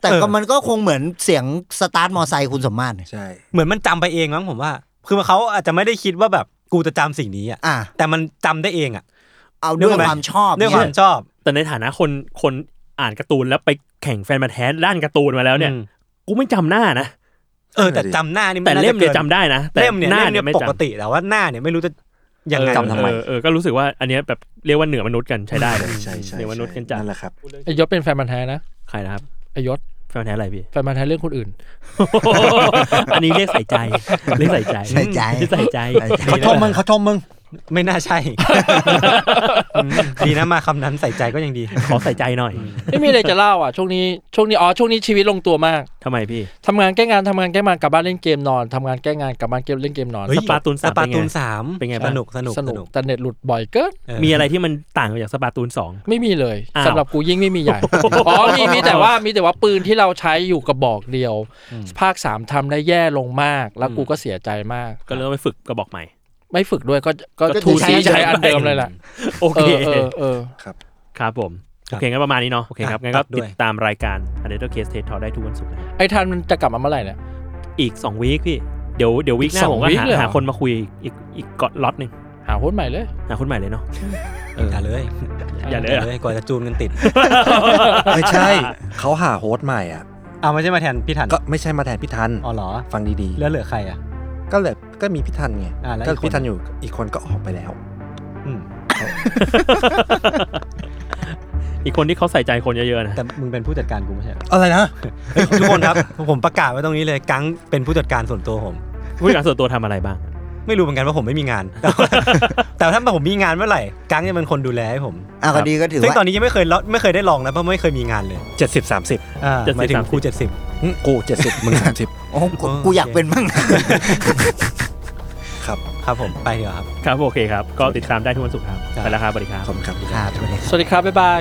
[SPEAKER 4] แต่
[SPEAKER 1] เอ
[SPEAKER 4] ก็
[SPEAKER 1] อ
[SPEAKER 4] มันก็คงเหมือนเสียงสตาร์ทมอไซค์คุณสมมาตรเนี่ย
[SPEAKER 6] ใช่
[SPEAKER 1] เหมือนมันจำไปเองมั้งผมว่า คือเขาอาจจะไม่ได้คิดว่าแบบกูจะจำสิ่งนี้อ่ะ
[SPEAKER 4] อ่ะ
[SPEAKER 1] แต่มันจำได้เองอ่ะ
[SPEAKER 4] เอาด้วย
[SPEAKER 1] นึกออกไหม
[SPEAKER 4] ความชอบ
[SPEAKER 1] ด้วยความ
[SPEAKER 4] เนี่ย
[SPEAKER 1] ชอบ
[SPEAKER 2] แต่ในฐานะคนคนอ่านการ์ตูนแล้วไปแข่งแฟนมาแท้ด้านการ์ตูนมาแล้วเนี่ย
[SPEAKER 1] อืม
[SPEAKER 2] กูไม่จำหน้านะ
[SPEAKER 1] เออแต่จำหน้านี่น
[SPEAKER 2] แต่เล่มเนี่ย
[SPEAKER 1] าะกิ
[SPEAKER 2] จำได้นะแต่
[SPEAKER 1] เล่มเนี่ย
[SPEAKER 2] หน้า
[SPEAKER 1] เล่ม
[SPEAKER 2] เนี่
[SPEAKER 1] เนี่ย ย
[SPEAKER 2] ไม่
[SPEAKER 1] ปก
[SPEAKER 2] จำ
[SPEAKER 1] ติแต่ว่าหน้าเนี่ยไม่รู้จะยังไง
[SPEAKER 6] เออจำทำไม
[SPEAKER 2] เออเออก็รู้สึกว่าอันเนี้ยแบบเรียกว่าเหนือมนุษย์กันใช้ได้เลย
[SPEAKER 6] ใช่ใช่
[SPEAKER 2] เหนือมนุษย์กันจัด
[SPEAKER 6] นั่นแหละครับ
[SPEAKER 5] ไอยศเป็นแฟนมันธุ์แท้นะ
[SPEAKER 2] ใครนะครับ
[SPEAKER 5] ไอยศ
[SPEAKER 2] แฟนพันธุ์แท้อะไรพี่
[SPEAKER 5] แฟนมันธุ์แท้เรื่องคนอื่น
[SPEAKER 2] อันนี้เรียกใส่ใจเรียกใส่ใจ
[SPEAKER 4] ใส่ใจ
[SPEAKER 2] ใส่ใจ
[SPEAKER 6] เขาชมมึงเขาชมมึง
[SPEAKER 1] ไม่น่าใช่ ดีนะมาคำนั้นใส่ใจก็ยังดี
[SPEAKER 2] ขอใส่ใจหน่อย
[SPEAKER 5] ไม่มีอะไรจะเล่าอ่ะช่วงนี้ช่วงนี้อ๋อช่วงนี้ชีวิตลงตัวมาก
[SPEAKER 2] ทำไมพี่
[SPEAKER 5] ทำงานแก้งานทำงานแก้งานกลับบ้านเล่นเกมนอนทำงานแก้งานกลับบ้านเกมเล่นเกมนอน
[SPEAKER 1] เฮ้ย
[SPEAKER 2] สปาตูน
[SPEAKER 1] ส
[SPEAKER 2] สาม
[SPEAKER 1] ปา
[SPEAKER 2] เป็นไง
[SPEAKER 1] ตูนสาม
[SPEAKER 2] เป็นไง
[SPEAKER 1] ส
[SPEAKER 2] บ้าง
[SPEAKER 1] นุกสนุก
[SPEAKER 5] ส
[SPEAKER 1] ส
[SPEAKER 5] นุ
[SPEAKER 1] นุ
[SPEAKER 5] ก
[SPEAKER 1] ก
[SPEAKER 5] แต่เน็ตหลุดบ่อยเกิน
[SPEAKER 1] เออ
[SPEAKER 2] มีอะไรที่มันต่างไปจากสปาตูนสอง
[SPEAKER 5] ไม่มีเลย
[SPEAKER 2] อ้าว
[SPEAKER 5] สำหรับกูยิ่งไม่มีใหญ่ อ๋อมีมีแต่ว่ามีแต่ว่าปืนที่เราใช้อยู่กระบอกเดียว ภาคสามทำได้แย่ลงมาก แล้วกูก็เสียใจมาก
[SPEAKER 2] ก็เลยต้องไปฝึกกระบอกใหม่
[SPEAKER 5] ไม่ฝึกด้วยก็ก็
[SPEAKER 4] ก็
[SPEAKER 5] ทู
[SPEAKER 4] ใช้
[SPEAKER 5] ซีใช้อันเดิมเลยแหละ
[SPEAKER 2] โอ
[SPEAKER 5] เอ
[SPEAKER 2] เค
[SPEAKER 5] อเออเออ
[SPEAKER 2] ครับผม
[SPEAKER 1] ครั
[SPEAKER 2] โอบ เคงั้นประมาณนี้เนาะโอเคครับ
[SPEAKER 1] อ่ะ
[SPEAKER 2] งั้นก็
[SPEAKER 1] ตัดด้
[SPEAKER 2] ติ
[SPEAKER 1] วย
[SPEAKER 2] ดตามรายการ u n d e r t a l e Case State Talk ได้ทุกวันศุกร์นะครับ
[SPEAKER 5] ไอ้ทันมันจะกลับมาเมื่อไหร่เนี่ย
[SPEAKER 2] อีก 2 วีคพี่ เดี๋ยวเดี๋ยววีคหน้า
[SPEAKER 5] สอง
[SPEAKER 2] ผมก็
[SPEAKER 5] วีค
[SPEAKER 2] หา
[SPEAKER 5] เลยเหรอ
[SPEAKER 2] หาคนมาคุยอีกอีกกอล็อตหนึ่ง
[SPEAKER 5] หาหุ้นใหม่เลย
[SPEAKER 2] หาคนใหม่เลยเนาะ
[SPEAKER 1] อย่าเลย
[SPEAKER 2] อย่าเล
[SPEAKER 1] อ
[SPEAKER 2] ย
[SPEAKER 1] ย่า
[SPEAKER 2] อะ
[SPEAKER 1] เลยกว่าจะจูนกันติด
[SPEAKER 6] ไม่ใช่ เขาหาโฮสต์ใหม่อ่ะ
[SPEAKER 1] เอาไม่ใช่มาแทนพี่ทัน
[SPEAKER 6] ก็ไม่ใช่มาแทนพี่ทัน
[SPEAKER 1] อ๋อเหรอ
[SPEAKER 6] ฟังดี
[SPEAKER 1] แล้วเหลือใครอ่ะ
[SPEAKER 6] ๆ ก็เลยก็มีพี่ทันไง
[SPEAKER 1] อ่าแล้ว
[SPEAKER 6] ก็
[SPEAKER 1] อีกคน
[SPEAKER 6] พี่ทันอยู่อีกคนก็ออกไปแล้ว
[SPEAKER 1] อืม
[SPEAKER 2] อีกคนที่เขาใส่ใจคนเยอะๆนะ
[SPEAKER 1] แต่มึงเป็นผู้จัดการกูไม่ใช่เหรอ
[SPEAKER 6] อะไรนะ
[SPEAKER 1] เฮ้ยทุกคนครับ ผมประกาศไว้ตรงนี้เลยกังเป็นผู้จัดการส่วนตัวผม
[SPEAKER 2] ผู้จัดการส่วนตัวทำอะไรบ้าง
[SPEAKER 1] ไม่รู้เหมือนกันว่าผมไม่มีงาน แต่ ว่าแต่ถ้าผมมีงานเมื่อไหร่กังจะเป็นคนดูแลให้ผม
[SPEAKER 4] อ่ะก็ดีก็ถือ
[SPEAKER 1] ซึ่ง
[SPEAKER 4] ว่า
[SPEAKER 1] ตอนนี้ยังไม่เคยลไม่เคยได้ลองนะเพราะไม่เคยมีงานเลย
[SPEAKER 6] 70 30
[SPEAKER 1] อ่าหมายถึง
[SPEAKER 2] 70
[SPEAKER 1] ครูเจ็ดสิบ
[SPEAKER 6] หึกู70 มึง
[SPEAKER 4] โอ้กูกูอยากเป็นบ้าง
[SPEAKER 6] 30 ครับ
[SPEAKER 1] ครับผมไปเดี๋ยวาครับ
[SPEAKER 2] ครับโอเคครับ ก็ติดตามได้ทุกวันศุกร์ครับไปแล้วครับสวัสดีครับ
[SPEAKER 6] ขอบคุณครับ
[SPEAKER 4] ครับสวัสดีครับ
[SPEAKER 5] สวัสดีครับ บ๊ายบาย